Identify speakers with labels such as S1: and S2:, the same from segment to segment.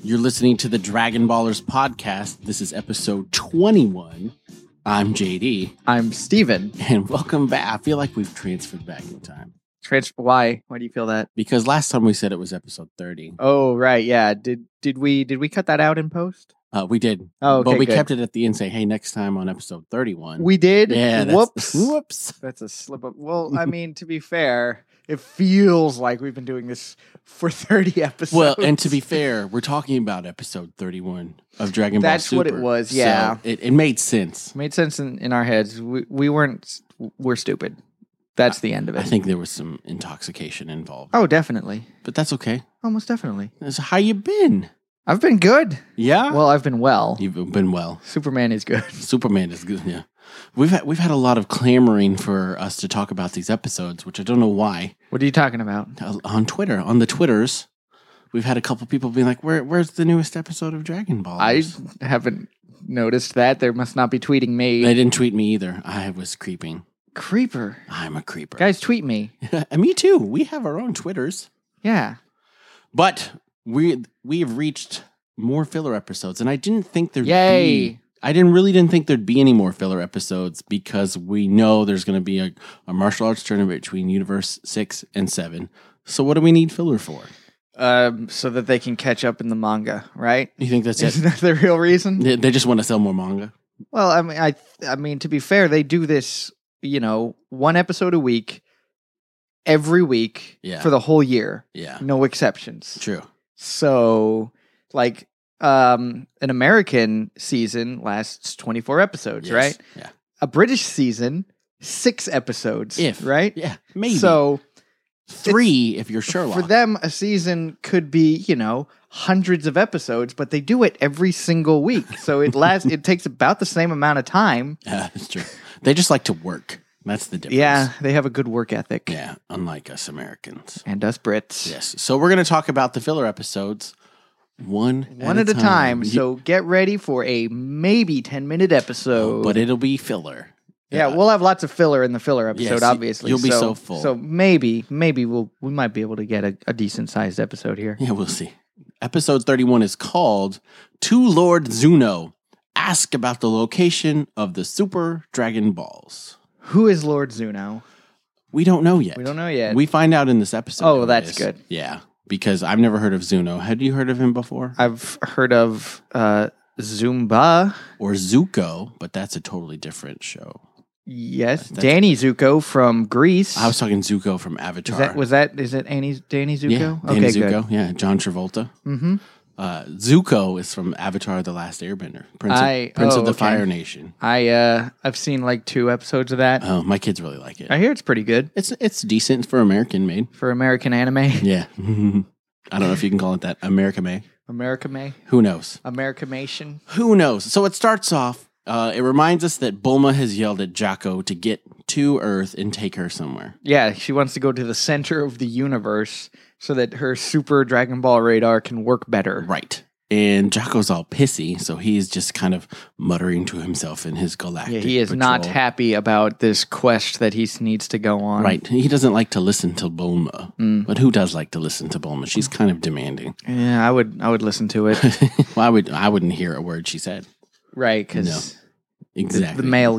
S1: You're listening to the Dragon Ballers podcast. This is episode 21. I'm JD,
S2: I'm Steven.
S1: and welcome back. I feel like we've transferred back in time
S2: Trans- why? Why do you feel that?
S1: because last time we said it was episode 30.
S2: Oh, right. Yeah. Did did we did we cut that out in post?
S1: Uh, we did,
S2: Oh, okay.
S1: but we
S2: good.
S1: kept it at the end. Say, hey, next time on episode 31.
S2: We did.
S1: yeah, that's-
S2: Whoops.
S1: whoops.
S2: That's a slip up. Well, I mean, to be fair, it feels like we've been doing this for thirty episodes.
S1: Well, and to be fair, we're talking about episode 31 of Dragon Ball
S2: That's what it
S1: Super.
S2: was,
S1: So
S2: yeah.
S1: it, it made sense.
S2: It made sense in, in our heads. We we weren't. We're stupid. That's the end of it.
S1: I think there was some intoxication involved,
S2: Oh, definitely.
S1: but that's okay.
S2: Almost definitely.
S1: So how you been?
S2: I've been good.
S1: Yeah,
S2: Well, I've been well.
S1: you've been well.
S2: Superman is good.
S1: Superman is good. Yeah, we've had, we've had a lot of clamoring for us to talk about these episodes, which I don't know why.
S2: What are you talking about?
S1: Uh, on Twitter, on the Twitters, we've had a couple people being like, "Where where's the newest episode of Dragon Ball?"
S2: I haven't noticed that. There must not be tweeting me.
S1: they didn't tweet me either. I was creeping.
S2: Creeper.
S1: I'm a creeper.
S2: Guys, tweet me.
S1: and me too. We have our own Twitters,
S2: Yeah.
S1: but we we have reached more filler episodes, and I didn't think there'd
S2: Yay.
S1: be. I didn't really didn't think there'd be any more filler episodes because we know there's going to be a, a martial arts tournament between Universe Six and Seven. So what do we need filler for?
S2: Um, so that they can catch up in the manga, right?
S1: You think that's it?
S2: Isn't that the real reason?
S1: They, they just want to sell more manga.
S2: Well, I mean, I, I mean, to be fair, they do this, you know, one episode a week, every week
S1: Yeah.
S2: for the whole year,
S1: Yeah,
S2: no exceptions.
S1: true.
S2: So, like, um, an American season lasts twenty four episodes,
S1: Yes.
S2: right?
S1: Yeah,
S2: A British season, six episodes,
S1: If.
S2: right?
S1: yeah, maybe
S2: So
S1: three if you're Sherlock.
S2: For them, a season could be, you know, hundreds of episodes, but they do it every single week. So it lasts it takes about the same amount of time.
S1: yeah, that's true. They just like to work. That's the difference.
S2: Yeah, they have a good work ethic.
S1: yeah. Unlike us Americans.
S2: And us Brits.
S1: Yes. So we're going to talk about the filler episodes one
S2: One at a time.
S1: You-
S2: So get ready for a maybe 10 minute episode.
S1: Oh, but it'll be filler. Uh,
S2: yeah, we'll have lots of filler in the filler episode,
S1: Yes, y-
S2: obviously.
S1: you'll be so full.
S2: So maybe, maybe we'll we might be able to get a, a decent sized episode here.
S1: Yeah, we'll see. Episode 31 is called To Lord Zuno Ask About the Location of the Super Dragon Balls.
S2: Who is Lord Zuno?
S1: We don't know yet.
S2: We don't know yet.
S1: We find out in this episode.
S2: Oh,
S1: who it
S2: that's
S1: is.
S2: good.
S1: Yeah, because I've never heard of Zuno. Had you heard of him before?
S2: I've heard of uh Zumba.
S1: or Zuko, but that's a totally different show.
S2: Yes,
S1: That's-
S2: Danny Zuko from Greece.
S1: I was talking Zuko from Avatar.
S2: is that was that is it Annie's Danny Zuko?
S1: Yeah, Danny Zuko. Yeah, John Travolta.
S2: Mm-hmm.
S1: Uh, Zuko is from Avatar: The Last Airbender, Prince,
S2: I-
S1: of, Prince
S2: oh,
S1: of the
S2: okay.
S1: Fire Nation.
S2: I uh I've seen like two episodes of that.
S1: Oh, my kids really like it.
S2: I hear it's pretty good
S1: it's it's decent for American made.
S2: for American anime.
S1: Yeah, I don't know if you can call it that. America made.
S2: America May.
S1: Who knows?
S2: Americamation.
S1: Who knows? So it starts off. Uh, it reminds us that Bulma has yelled at Jocko to get to Earth and take her somewhere.
S2: Yeah, she wants to go to the center of the universe so that her super Dragon Ball radar can work better.
S1: Right. And Jocko's all pissy, so he's just kind of muttering to himself in his galactic.
S2: Yeah, he is not
S1: patrol.
S2: happy about this quest that he s- needs to go on.
S1: Right. He doesn't like to listen to Bulma.
S2: Mm.
S1: But who does like to listen to Bulma? She's kind of demanding.
S2: Yeah, I would I would listen to it.
S1: well, I would I wouldn't hear a word she said.
S2: right, because
S1: Exactly.
S2: the male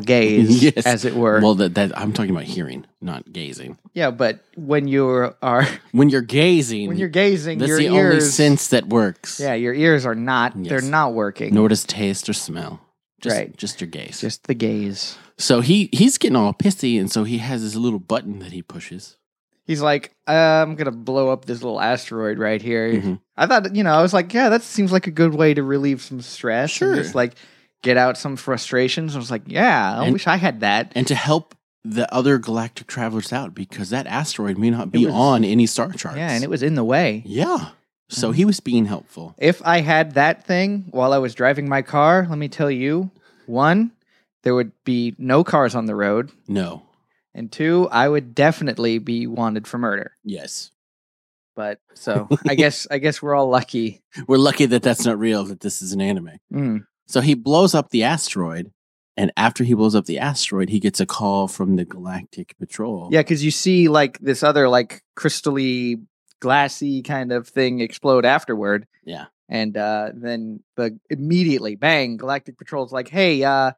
S2: gaze,
S1: Yes.
S2: as it were.
S1: Well, that, that I'm talking about hearing, not gazing.
S2: Yeah, but when you are
S1: When you're gazing,
S2: when you're gazing,
S1: that's
S2: your
S1: the
S2: ears
S1: only sense that works.
S2: Yeah, your ears are not
S1: Yes.
S2: they're not working.
S1: Nor does taste or smell. Just,
S2: Right.
S1: Just your gaze.
S2: Just the gaze.
S1: so he he's getting all pissy, and so he has this little button that he pushes.
S2: He's like, uh, I'm gonna blow up this little asteroid right here.
S1: Mhm.
S2: I thought, you know, I was like, yeah, that seems like a good way to relieve some stress.
S1: Sure.
S2: And just like get out some frustrations. I was like, yeah, I
S1: And-
S2: wish I had that.
S1: and to help the other galactic travelers out because that asteroid may not be
S2: was-
S1: on any star charts.
S2: Yeah, and it was in the way.
S1: yeah. So
S2: Mm.
S1: he was being helpful.
S2: If I had that thing while I was driving my car, let me tell you, one, there would be no cars on the road.
S1: No.
S2: And two, I would definitely be wanted for murder.
S1: Yes.
S2: But so I guess I guess we're all lucky.
S1: We're lucky that that's not real. That this is an anime.
S2: Mm.
S1: So he blows up the asteroid, and after he blows up the asteroid, he gets a call from the Galactic Patrol.
S2: Yeah, because you see like this other like crystally glassy kind of thing explode afterward.
S1: Yeah.
S2: And uh, then the immediately, bang! Galactic Patrol's like, "Hey, uh,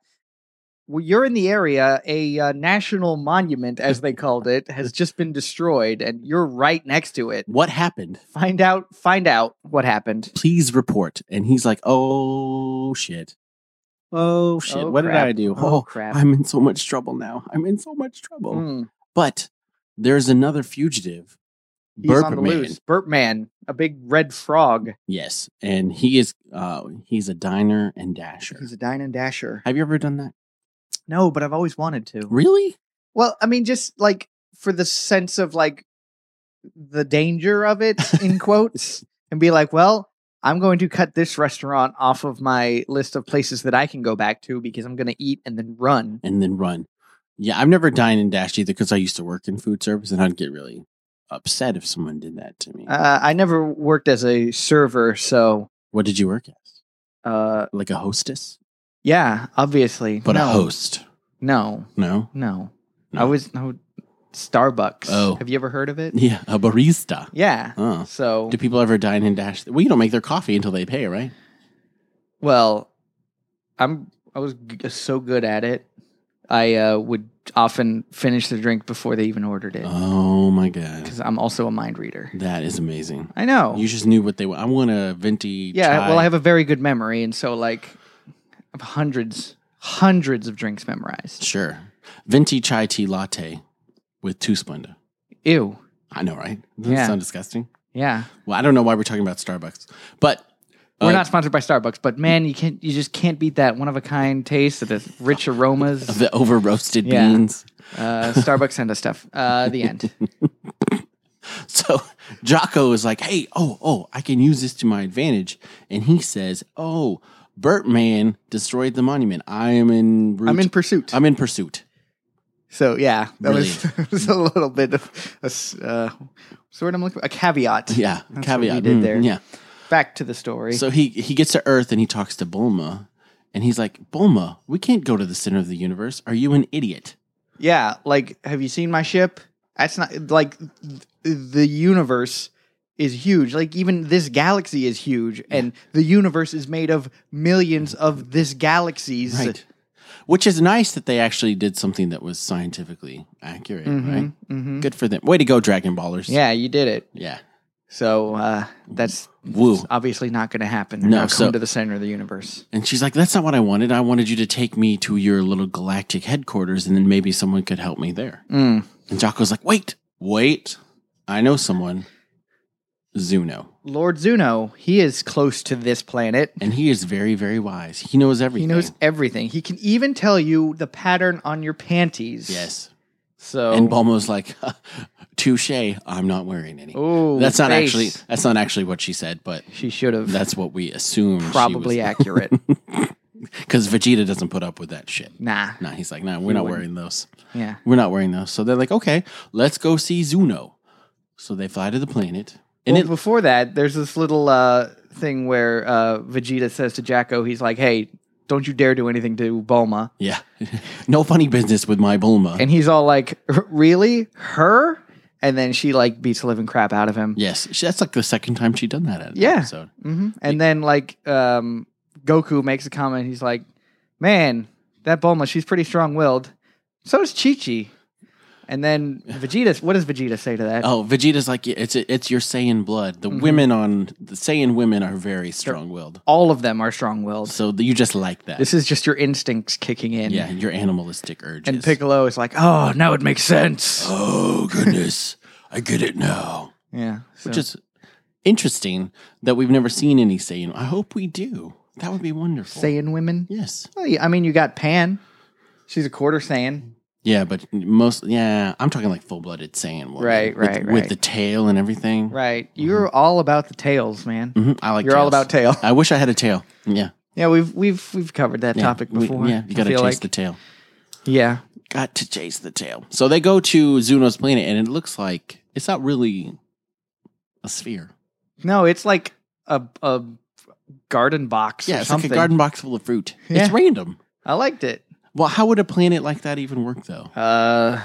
S2: well, you're in the area. A uh, national monument, as they called it, has just been destroyed, and you're right next to it.
S1: What happened?
S2: Find out, find out what happened."
S1: Please report. And he's like, oh shit. Oh shit.
S2: Oh,
S1: what
S2: crap.
S1: did I do?
S2: Oh,
S1: Oh,
S2: crap!
S1: I'm oh. in so much trouble now. I'm in so much trouble.
S2: Mm.
S1: But there's another fugitive,
S2: He's on the
S1: Burpman.
S2: loose. Burpman, a big red frog.
S1: Yes, and he is uh he's a diner and dasher.
S2: He's a dine and dasher.
S1: Have you ever done that?
S2: No, but I've always wanted to.
S1: Really?
S2: Well, I mean, just like for the sense of like the danger of it, in quotes, and be like, well, I'm going to cut this restaurant off of my list of places that I can go back to because I'm going to eat and then run.
S1: And then run. Yeah, I've never dined and dashed either because I used to work in food service and I'd get really upset if someone did that to me.
S2: Uh, I never worked as a server, so
S1: what did you work as?
S2: uh,
S1: Like a hostess?
S2: yeah, obviously.
S1: But
S2: no,
S1: a host?
S2: No,
S1: No.
S2: no,
S1: No.
S2: I was no Starbucks.
S1: Oh.
S2: have you ever heard of it?
S1: Yeah, a barista.
S2: Yeah.
S1: Oh.
S2: So
S1: Do people ever dine and dash? Well, you don't make their coffee until they pay, right?
S2: Well, I'm I was g- so good at it. I uh, would often finish the drink before they even ordered it
S1: Oh my god,
S2: because I'm also a mind reader.
S1: that is amazing.
S2: I know.
S1: You just knew what they want. I want a venti.
S2: Oh. yeah.
S1: chai.
S2: Well, I have a very good memory, and so like I have hundreds, hundreds of drinks memorized.
S1: Sure. Venti chai tea latte with two Splenda.
S2: Ew.
S1: I know, right? Doesn't
S2: Yeah.
S1: that sound disgusting?
S2: Yeah.
S1: Well, I don't know why we're talking about Starbucks, but
S2: We're
S1: Uh,
S2: not sponsored by Starbucks, but man, you can't you just can't beat that one of a kind taste of the rich aromas.
S1: the over roasted
S2: Yeah.
S1: beans.
S2: Uh, Starbucks send us stuff. Uh, the end.
S1: So Jocko is like, hey, oh, oh, I can use this to my advantage. And he says, oh, Burtman destroyed the monument. I am in route.
S2: I'm in pursuit.
S1: I'm in pursuit.
S2: So yeah, that was, that was a little bit of a s- uh, sort of looking for? a caveat.
S1: Yeah.
S2: That's what we
S1: caveat.
S2: did
S1: Mm,
S2: there.
S1: Yeah.
S2: Back to the story.
S1: So he he gets to Earth and he talks to Bulma, and he's like, Bulma, we can't go to the center of the universe. Are you an idiot?
S2: yeah, like have you seen my ship? That's not like th- the universe is huge. Like even this galaxy is huge, and the universe is made of millions of this galaxies.
S1: Right. Which is nice that they actually did something that was scientifically accurate, right?
S2: hmm
S1: Good for them. Way to go, Dragon Ballers.
S2: Yeah, you did it.
S1: Yeah.
S2: So uh, that's
S1: Woo.
S2: it's obviously not going to happen. They're
S1: No,
S2: not
S1: so-
S2: going to the center of the universe.
S1: And she's like, that's not what I wanted. I wanted you to take me to your little galactic headquarters and then maybe someone could help me there.
S2: Mm.
S1: And Jocko's like, wait, wait. I know someone. Zuno.
S2: Lord Zuno, he is close to this planet.
S1: And he is very, very wise. He knows everything.
S2: He knows everything. He can even tell you the pattern on your panties.
S1: Yes.
S2: So
S1: And Bulma's like, touche, I'm not wearing any.
S2: oh,
S1: that's not
S2: face.
S1: actually that's not actually what she said, but
S2: She should have.
S1: that's what we assume.
S2: probably accurate.
S1: because Vegeta doesn't put up with that shit.
S2: nah.
S1: Nah, he's like, nah, we're not
S2: wouldn't.
S1: wearing those.
S2: Yeah.
S1: We're not wearing those. So they're like, okay, let's go see Zuno. So they fly to the planet, and
S2: well,
S1: it
S2: before that, there's this little uh, thing where uh, Vegeta says to Jacko, he's like, "Hey, don't you dare do anything to Bulma,"
S1: yeah, no funny business with my Bulma.
S2: and he's all like, "Really, her?" And then she like beats the living crap out of him.
S1: yes, she- that's like the second time she done that at an
S2: Yeah.
S1: episode.
S2: hmm And then like um, Goku makes a comment. He's like, "Man, that Bulma, she's pretty strong-willed. So is Chi Chi." And then Vegeta, what does Vegeta say to that?
S1: Oh, Vegeta's like, yeah, it's it's your Saiyan blood.
S2: Mm-hmm.
S1: The women on the Saiyan women are very strong willed.
S2: All of them are strong-willed.
S1: So you just like that.
S2: This is just your instincts kicking in.
S1: yeah, your animalistic urges.
S2: And Piccolo is like, "Oh, now it makes sense."
S1: oh goodness, I get it now.
S2: Yeah. So,
S1: Which is interesting that we've never seen any Saiyan. I hope we do. That would be wonderful.
S2: Saiyan women.
S1: Yes.
S2: Well, yeah, I mean, you got Pan. She's a quarter Saiyan.
S1: Yeah, but most yeah, I'm talking like full blooded Saiyan woman.
S2: Right,
S1: with,
S2: right,
S1: With
S2: right.
S1: the tail and everything.
S2: Right. You're all about the tails, man.
S1: hmm I Mm-hmm. like.
S2: You're all
S1: tails.
S2: about tail.
S1: I wish I had a tail. Yeah.
S2: Yeah, we've we've we've covered that
S1: yeah.
S2: topic
S1: We-
S2: before.
S1: yeah, you
S2: I
S1: got to
S2: feel
S1: chase
S2: like.
S1: the tail.
S2: Yeah.
S1: Got to chase the tail. So they go to Zuno's planet, and it looks like it's not really a sphere.
S2: No, it's like a a garden box.
S1: Yeah,
S2: or
S1: it's
S2: something.
S1: like a garden box full of fruit.
S2: Yeah.
S1: It's random.
S2: I liked it.
S1: Well, how would a planet like that even work, though?
S2: Uh,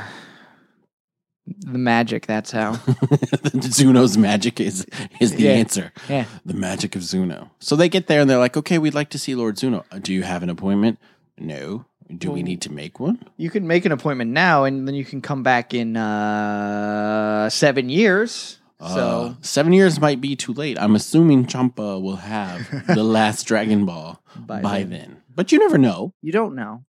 S2: the magic. That's how.
S1: Zuno's magic is is the
S2: Yeah.
S1: answer.
S2: Yeah.
S1: The magic of Zuno. So they get there and they're like, "Okay, we'd like to see Lord Zuno. Uh, Do you have an appointment? No. Do we
S2: Well-
S1: need to make one?
S2: You can make an appointment now, and then you can come back in uh, seven years.
S1: Uh,
S2: so
S1: seven years might be too late. I'm assuming Champa will have the last Dragon Ball by,
S2: by,
S1: Uh, then.
S2: then.
S1: but you never know.
S2: you don't know.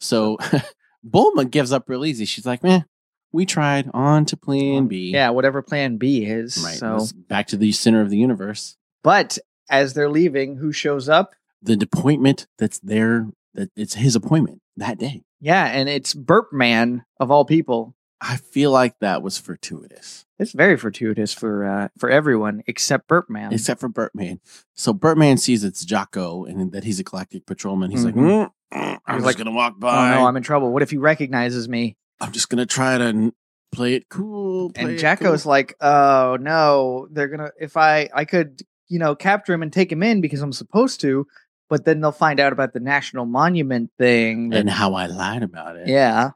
S1: So Bulma gives up real easy. She's like, "Man, we tried on to Plan B.
S2: Yeah, whatever Plan B is.
S1: right.
S2: So,
S1: let's- back to the center of the universe.
S2: but as they're leaving, who shows up?
S1: the appointment that's there that it's his appointment that day
S2: Yeah, and it's Burp Man of all people.
S1: i feel like that was fortuitous
S2: It's very fortuitous for uh, for everyone except Burp Man.
S1: except for Bertman. so Bertman sees it's jocko and that he's a galactic patrolman he's like
S2: Mhm.
S1: "Mm, mm, i'm
S2: He's
S1: just
S2: like,
S1: gonna walk
S2: oh
S1: by
S2: no,
S1: I'm,
S2: I'm in trouble. What if he recognizes me?
S1: just gonna try to n- play it cool play
S2: and
S1: it
S2: Jacko's
S1: cool.
S2: like, oh no, they're gonna. If I I could you know capture him and take him in because I'm supposed to, but then they'll find out about the national monument thing. that-
S1: and how i lied about it
S2: yeah,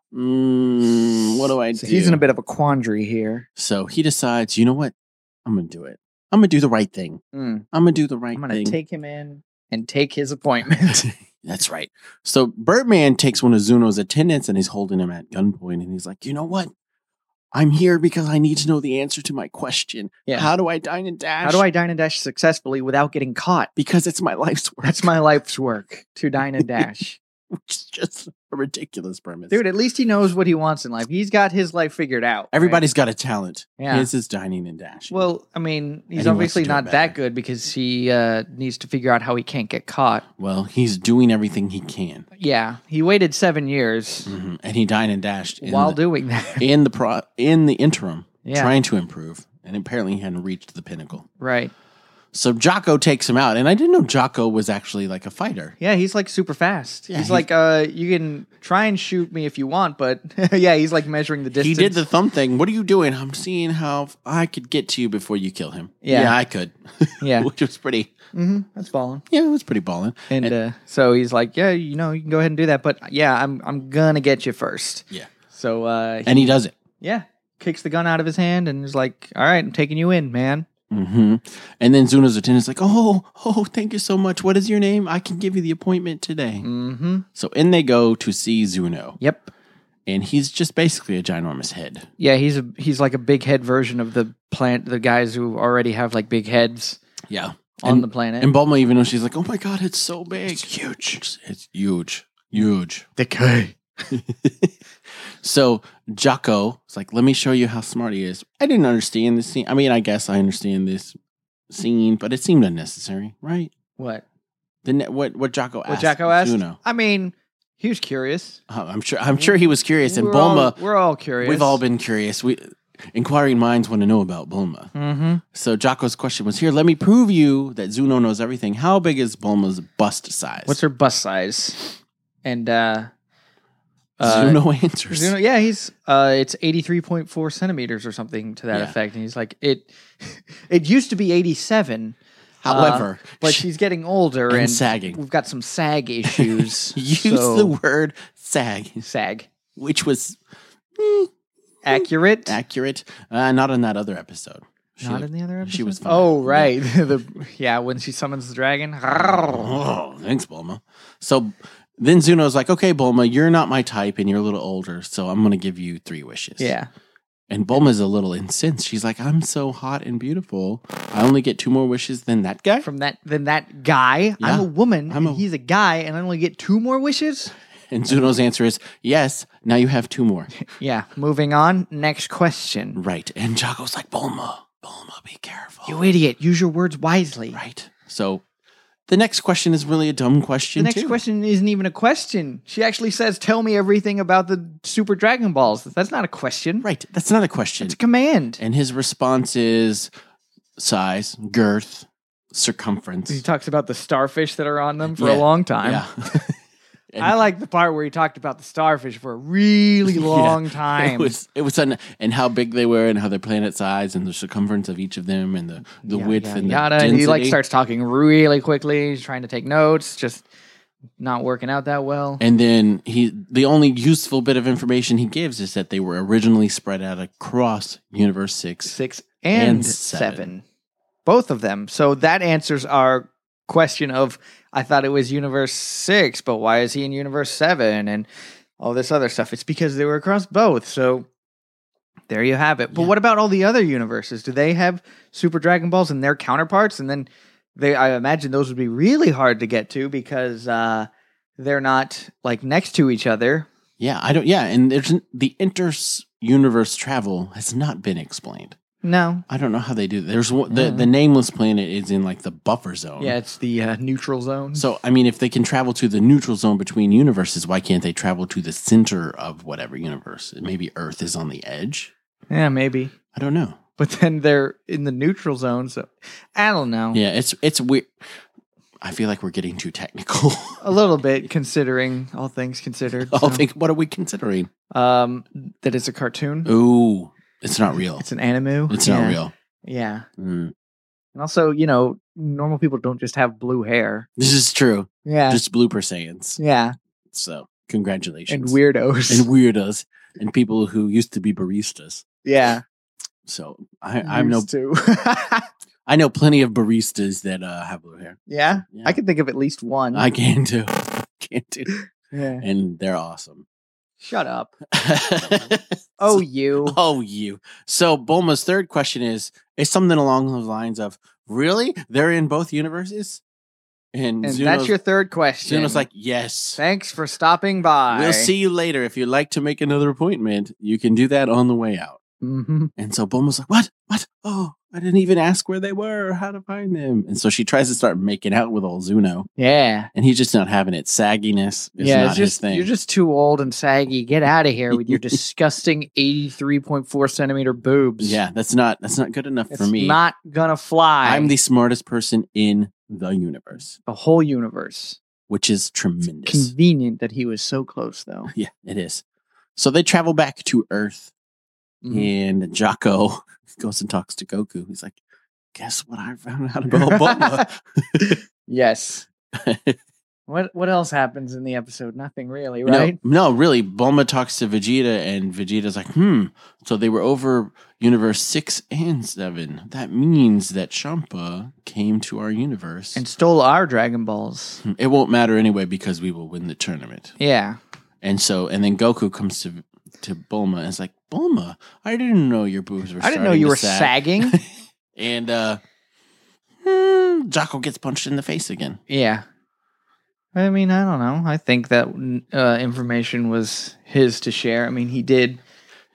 S1: mm, what do i
S2: so
S1: do
S2: he's in a bit of a quandary here.
S1: so he decides you know what i'm gonna do it i'm gonna do the right thing
S2: Hmm.
S1: i'm gonna do the right
S2: I'm gonna
S1: thing
S2: take him in and take his appointment.
S1: That's right. So Birdman takes one of Zuno's attendants and he's holding him at gunpoint and he's like, you know what? I'm here because I need to know the answer to my question.
S2: Yeah.
S1: How do I dine and dash?
S2: How do I dine and dash successfully without getting caught?
S1: Because it's my life's work.
S2: That's my life's work to dine and dash.
S1: Which is just a ridiculous premise.
S2: Dude, at least he knows what he wants in life. He's got his life figured out. right?
S1: Everybody's got a talent.
S2: Yeah.
S1: His is dining and dashing.
S2: Well, I
S1: And
S2: mean,
S1: he wants
S2: he's
S1: to
S2: obviously
S1: do it
S2: not
S1: better.
S2: that good because he uh, needs to figure out how he can't get caught.
S1: well, he's doing everything he can,
S2: Yeah, he waited seven years
S1: Mhm. and he dined and dashed in
S2: Mm-hmm. while
S1: the,
S2: doing that.
S1: in the pro in the interim,
S2: yeah,
S1: trying to improve, and apparently he hadn't reached the pinnacle.
S2: right.
S1: So Jocko takes him out, and I didn't know Jocko was actually like a fighter.
S2: Yeah, he's like super fast.
S1: Yeah,
S2: he's,
S1: he's-
S2: like, uh, you can try and shoot me if you want, but yeah, he's like measuring the
S1: He
S2: distance.
S1: did the thumb thing. What are you doing? I'm seeing how f- I could get to you before you kill him.
S2: Yeah.
S1: I could.
S2: yeah,
S1: Which was pretty.
S2: hmm that's falling.
S1: Yeah, it was pretty ballin'.
S2: And, uh, so he's like, yeah, you know, you can go ahead and do that, but yeah, I'm I'm gonna get you first.
S1: Yeah.
S2: So uh, he-
S1: And he does it.
S2: yeah, kicks the gun out of his hand and is like, all right, I'm taking you in, man.
S1: hmm And then Zuno's attendant's like, "Oh, oh, thank you so much. What is your name? I can give you the appointment today."
S2: Mm-hmm.
S1: So in they go to see Zuno,
S2: Yep.
S1: and he's just basically a ginormous head.
S2: Yeah, he's a he's like a big head version of the plant the guys who already have like big heads
S1: Yeah.
S2: on
S1: And-
S2: the planet.
S1: And Bulma, even though she's like, "Oh my god, it's so big, it's huge, it's, huge, huge."
S2: decay.
S1: So Jocko is like, let me show you how smart he is. I didn't understand this scene. I mean, I guess I understand this scene, but it seemed unnecessary, right?
S2: What?
S1: The ne- what what Jocko asked.
S2: What Jacko asked?
S1: Zuno.
S2: I mean, he was curious.
S1: Uh, I'm sure. I'm sure he was curious. And
S2: we're
S1: Bulma,
S2: all, we're all curious.
S1: we've all been curious. We inquiring minds want to know about Bulma.
S2: Mm-hmm.
S1: So Jocko's question was here. Let me prove you that Zuno knows everything. How big is Bulma's bust size?
S2: What's her bust size? And uh, uh
S1: Zuno answers.
S2: Zuno- yeah, he's uh, it's eighty three point four centimeters or something to that
S1: Yeah.
S2: effect. And he's like, it. it used to be eighty seven,
S1: However,
S2: but
S1: she-
S2: she's getting older
S1: and
S2: and,
S1: sagging.
S2: We've got some sag issues.
S1: Use
S2: so-
S1: the word sag,
S2: sag
S1: which was
S2: accurate.
S1: accurate. Uh, not on that other episode. She
S2: Not
S1: looked-
S2: in the other episode.
S1: she was fine.
S2: Oh
S1: Yeah.
S2: right, the yeah when she summons the dragon.
S1: oh, thanks, Bulma. So then Zuno's like, okay, Bulma, you're not my type and you're a little older, so I'm going to give you three wishes.
S2: yeah,
S1: And Bulma's a little incensed. She's like, I'm so hot and beautiful. I only get two more wishes than that guy.
S2: from that then that guy. I'm
S1: Yeah,
S2: a woman.
S1: I'm
S2: and
S1: a-
S2: he's a guy, and I only get two more wishes.
S1: And Zuno's answer is, yes, now you have two more.
S2: Yeah. Moving on. Next question.
S1: right. And Jocko's like, Bulma, Bulma, be careful.
S2: You idiot! Use your words wisely.
S1: right. So the next question is really a dumb
S2: The
S1: question.
S2: next
S1: too.
S2: question isn't even a question. She actually says, "Tell me everything about the Super Dragon Balls." That's not a question.
S1: Right. That's not a question.
S2: It's a command.
S1: And his response is size, girth, circumference.
S2: He talks about the starfish that are on them for
S1: Yeah,
S2: a long time.
S1: yeah. And-
S2: I like the part where he talked about the starfish for a really
S1: Yeah.
S2: long time.
S1: It was it was un- and how big they were and how their planet size and the circumference of each of them and the, the
S2: Yeah,
S1: width
S2: yeah,
S1: and the
S2: yada.
S1: density.
S2: And he like starts talking really quickly. He's trying to take notes. Just not working out that well.
S1: And then he, the only useful bit of information he gives is that they were originally spread out across Universe Six.
S2: six and,
S1: and
S2: seven.
S1: seven.
S2: both of them. So that answers our question of I thought it was Universe six, but why is he in Universe seven and all this other stuff? It's because they were across both. So there you have it. But
S1: Yeah.
S2: what about all the other universes? Do they have Super Dragon Balls and their counterparts? And then they, I imagine those would be really hard to get to because uh, they're not like next to each other.
S1: Yeah, I don't. Yeah, and there's n- the inter universe travel has not been explained.
S2: No.
S1: I don't know how they do. That. There's one, the
S2: Yeah.
S1: the nameless planet is in like the buffer zone.
S2: Yeah, it's the uh, neutral zone.
S1: So I mean, if they can travel to the neutral zone between universes, why can't they travel to the center of whatever universe? Maybe Earth is on the edge.
S2: yeah, maybe.
S1: I don't know.
S2: but then they're in the neutral zone. So I don't know.
S1: Yeah, it's it's weird. I feel like we're getting too technical.
S2: A little bit considering all things considered.
S1: I'll
S2: so,
S1: think. What are we considering?
S2: um, that it's a cartoon.
S1: Ooh, it's not real.
S2: It's an anime.
S1: It's
S2: Yeah.
S1: not real.
S2: Yeah.
S1: Mm.
S2: And also, you know, normal people don't just have blue hair.
S1: This is true.
S2: Yeah.
S1: Just blooper sayings.
S2: yeah.
S1: So
S2: And
S1: congratulations.
S2: weirdos.
S1: and weirdos and people who used to be baristas.
S2: yeah.
S1: So I, I know
S2: Used to.
S1: I know plenty of baristas that uh, have blue hair.
S2: yeah.
S1: Yeah.
S2: I can think of at least one.
S1: I can too. Can't do.
S2: yeah.
S1: And they're awesome.
S2: Shut up. Oh, you.
S1: oh, you. So Bulma's third question is is something along those lines of really they're in both universes, and,
S2: And
S1: Zuno's,
S2: that's your third question.
S1: Zuno's like yes.
S2: thanks for stopping by.
S1: We'll see you later. If you'd like to make another appointment, you can do that on the way out.
S2: hmm
S1: And so Bulma's like, "What? What? Oh, I didn't even ask where they were or how to find them." And so she tries to start making out with old Zuno,
S2: Yeah.
S1: and he's just not having it. Sagginess is
S2: yeah,
S1: not
S2: it's just
S1: his thing.
S2: you're just too old and saggy. Get out of here with your disgusting 83.4 centimeter boobs.
S1: yeah, that's not that's not good enough
S2: it's
S1: for me.
S2: not gonna fly.
S1: I'm the smartest person in the universe,
S2: the whole universe.
S1: which is tremendous.
S2: Convenient that he was so close, though.
S1: yeah, it is. So they travel back to Earth,
S2: Mm-hmm.
S1: and Jocko goes and talks to Goku. He's like, "Guess what? I found out about Bulma."
S2: yes. What What else happens in the episode? Nothing really,
S1: No,
S2: right?
S1: No, really. Bulma talks to Vegeta, and Vegeta's like, hmm. So they were over universe six and seven. That means that Champa came to our universe.
S2: And stole our Dragon Balls.
S1: it won't matter anyway because we will win the tournament.
S2: Yeah.
S1: And so, and then Goku comes to to Bulma and is like, Bulma, I didn't know your boobs were.
S2: I didn't know
S1: starting
S2: you
S1: to
S2: were
S1: sag."
S2: sagging.
S1: And uh, hmm, Jocko gets punched in the face again.
S2: yeah. I mean, I don't know. I think that uh, information was his to share. I mean, he did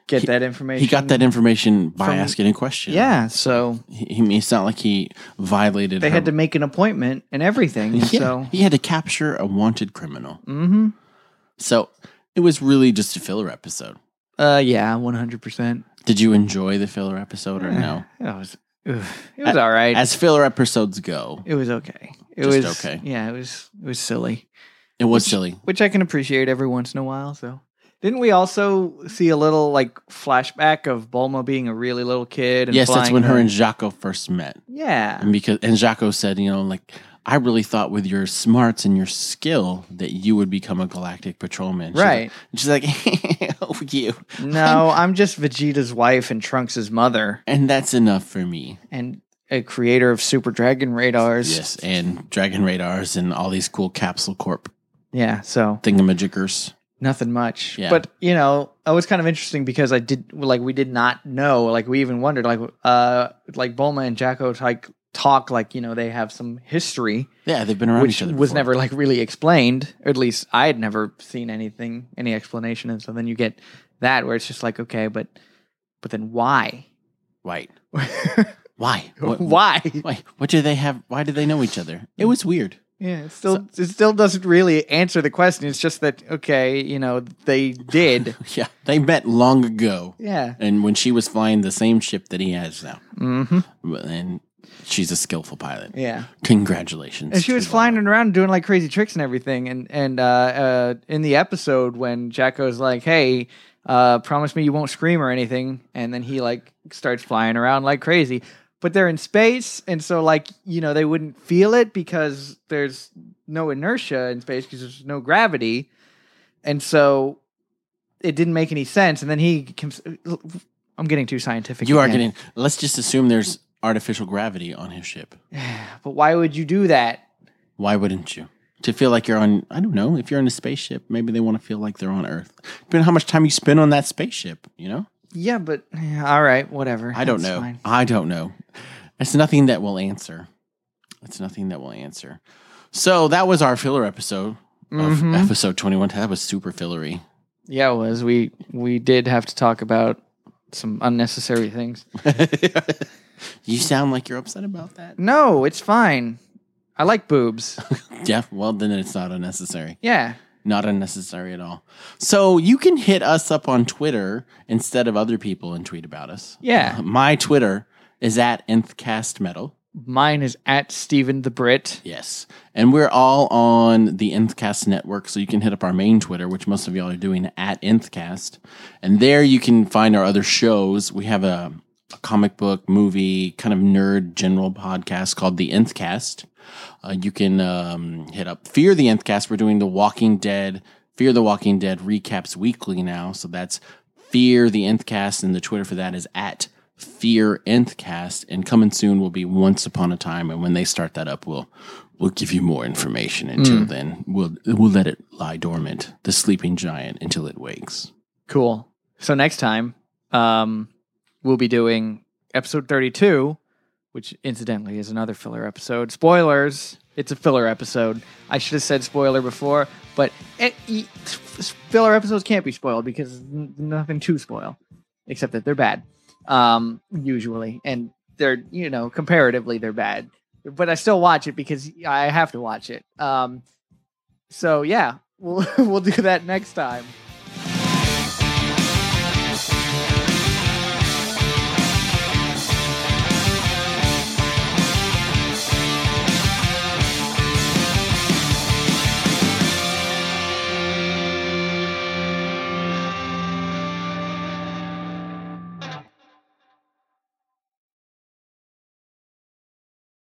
S2: get
S1: He-
S2: that information.
S1: He got that information by
S2: From-
S1: asking a question.
S2: Yeah, so
S1: He, he- it's not like he violated.
S2: they
S1: her
S2: had to make an appointment and everything. and
S1: Yeah,
S2: So,
S1: he had to capture a wanted criminal.
S2: hmm
S1: So it was really just a filler episode.
S2: uh, yeah, one hundred percent.
S1: Did you enjoy the filler episode
S2: Eh.
S1: or no?
S2: it was ugh, it was all right.
S1: As filler episodes go,
S2: it was okay. It
S1: Just
S2: was
S1: okay.
S2: Yeah, it was it was silly,
S1: it was silly.
S2: which I can appreciate every once in a while. So, didn't we also see a little like flashback of Bulma being a really little kid? And
S1: Yes, that's
S2: flying
S1: when her
S2: the-
S1: and Jaco first met,
S2: yeah,
S1: and because and Jaco said, you know, like I really thought with your smarts and your skill that you would become a galactic patrolman. She's
S2: right.
S1: like- she's like, oh, you,
S2: No, I'm just Vegeta's wife and Trunks' mother,
S1: and that's enough for me.
S2: and a creator of Super Dragon Radars.
S1: Yes, and Dragon radars and all these cool capsule corp
S2: Yeah, so
S1: thingamajiggers.
S2: Nothing much.
S1: Yeah.
S2: But, you know, it was kind of interesting because I did, like, we did not know. Like, we even wondered, like, uh, like Bulma and Jacko, like, talk, like, you know, they have some history,
S1: Yeah, they've been around
S2: which
S1: each other.
S2: was
S1: before.
S2: never, like, really explained. Or at least I had never seen anything, any explanation. And so then you get that where it's just like, okay, but, but then why?
S1: right. Why? What,
S2: why?
S1: Why? What do they have? Why do they know each other? It was weird.
S2: Yeah, it still, it still doesn't really answer the question. It's just that, okay, you know, they did.
S1: Yeah, they met long ago,
S2: yeah.
S1: and when she was flying the same ship that he has now,
S2: hmm
S1: and she's a skillful pilot.
S2: Yeah.
S1: Congratulations!
S2: And she was
S1: to
S2: flying
S1: Lola.
S2: around doing like crazy tricks and everything. And and uh, uh, in the episode when Jacko's like, "Hey, uh, promise me you won't scream or anything," and then he like starts flying around like crazy. but they're in space, and so like you know they wouldn't feel it because there's no inertia in space because there's no gravity, and so it didn't make any sense. And then he, comes, I'm getting too scientific.
S1: You are
S2: again.
S1: getting. Let's just assume there's artificial gravity on his ship.
S2: but why would you do that?
S1: Why wouldn't you? To feel like you're on. I don't know. If you're in a spaceship, maybe they want to feel like they're on Earth. Depending on how much time you spend on that spaceship, you know.
S2: Yeah, but yeah, all right, whatever.
S1: I don't
S2: That's
S1: know.
S2: fine.
S1: I don't know. It's nothing that will answer. It's nothing that will answer. So that was our filler episode of
S2: Mhm.
S1: episode 21. That was super fillery.
S2: Yeah, it was we we did have to talk about some unnecessary things.
S1: you sound like you're upset about that.
S2: No, it's fine. I like boobs.
S1: Yeah, well, then it's not unnecessary.
S2: Yeah.
S1: Not unnecessary at all. So you can hit us up on Twitter instead of other people and tweet about us.
S2: Yeah.
S1: Uh, my Twitter is at nthcastmetal.
S2: Mine is at Steven the Brit.
S1: Yes. And we're all on the Nthcast network, so you can hit up our main Twitter, which most of y'all are doing at Nthcast. And there you can find our other shows. We have a, a comic book, movie, kind of nerd general podcast called The Nthcast. Uh, you can um, hit up Fear the Nthcast. We're doing the Walking Dead, Fear the Walking Dead recaps weekly now. So that's Fear the Nthcast, and the Twitter for that is at Fear Nthcast. And coming soon will be Once Upon a Time. And when they start that up, we'll we'll give you more information. Until then, we'll we'll let it lie dormant, the sleeping giant, until it wakes.
S2: Cool. So next time, um, we'll be doing episode 32, which incidentally is another filler episode. Spoilers. It's a filler episode. I should have said spoiler before, but it, e- filler episodes can't be spoiled because n- nothing to spoil, except that they're bad, um, usually, and they're you know comparatively they're bad. But I still watch it because I have to watch it. Um, so yeah, we'll we'll do that next time.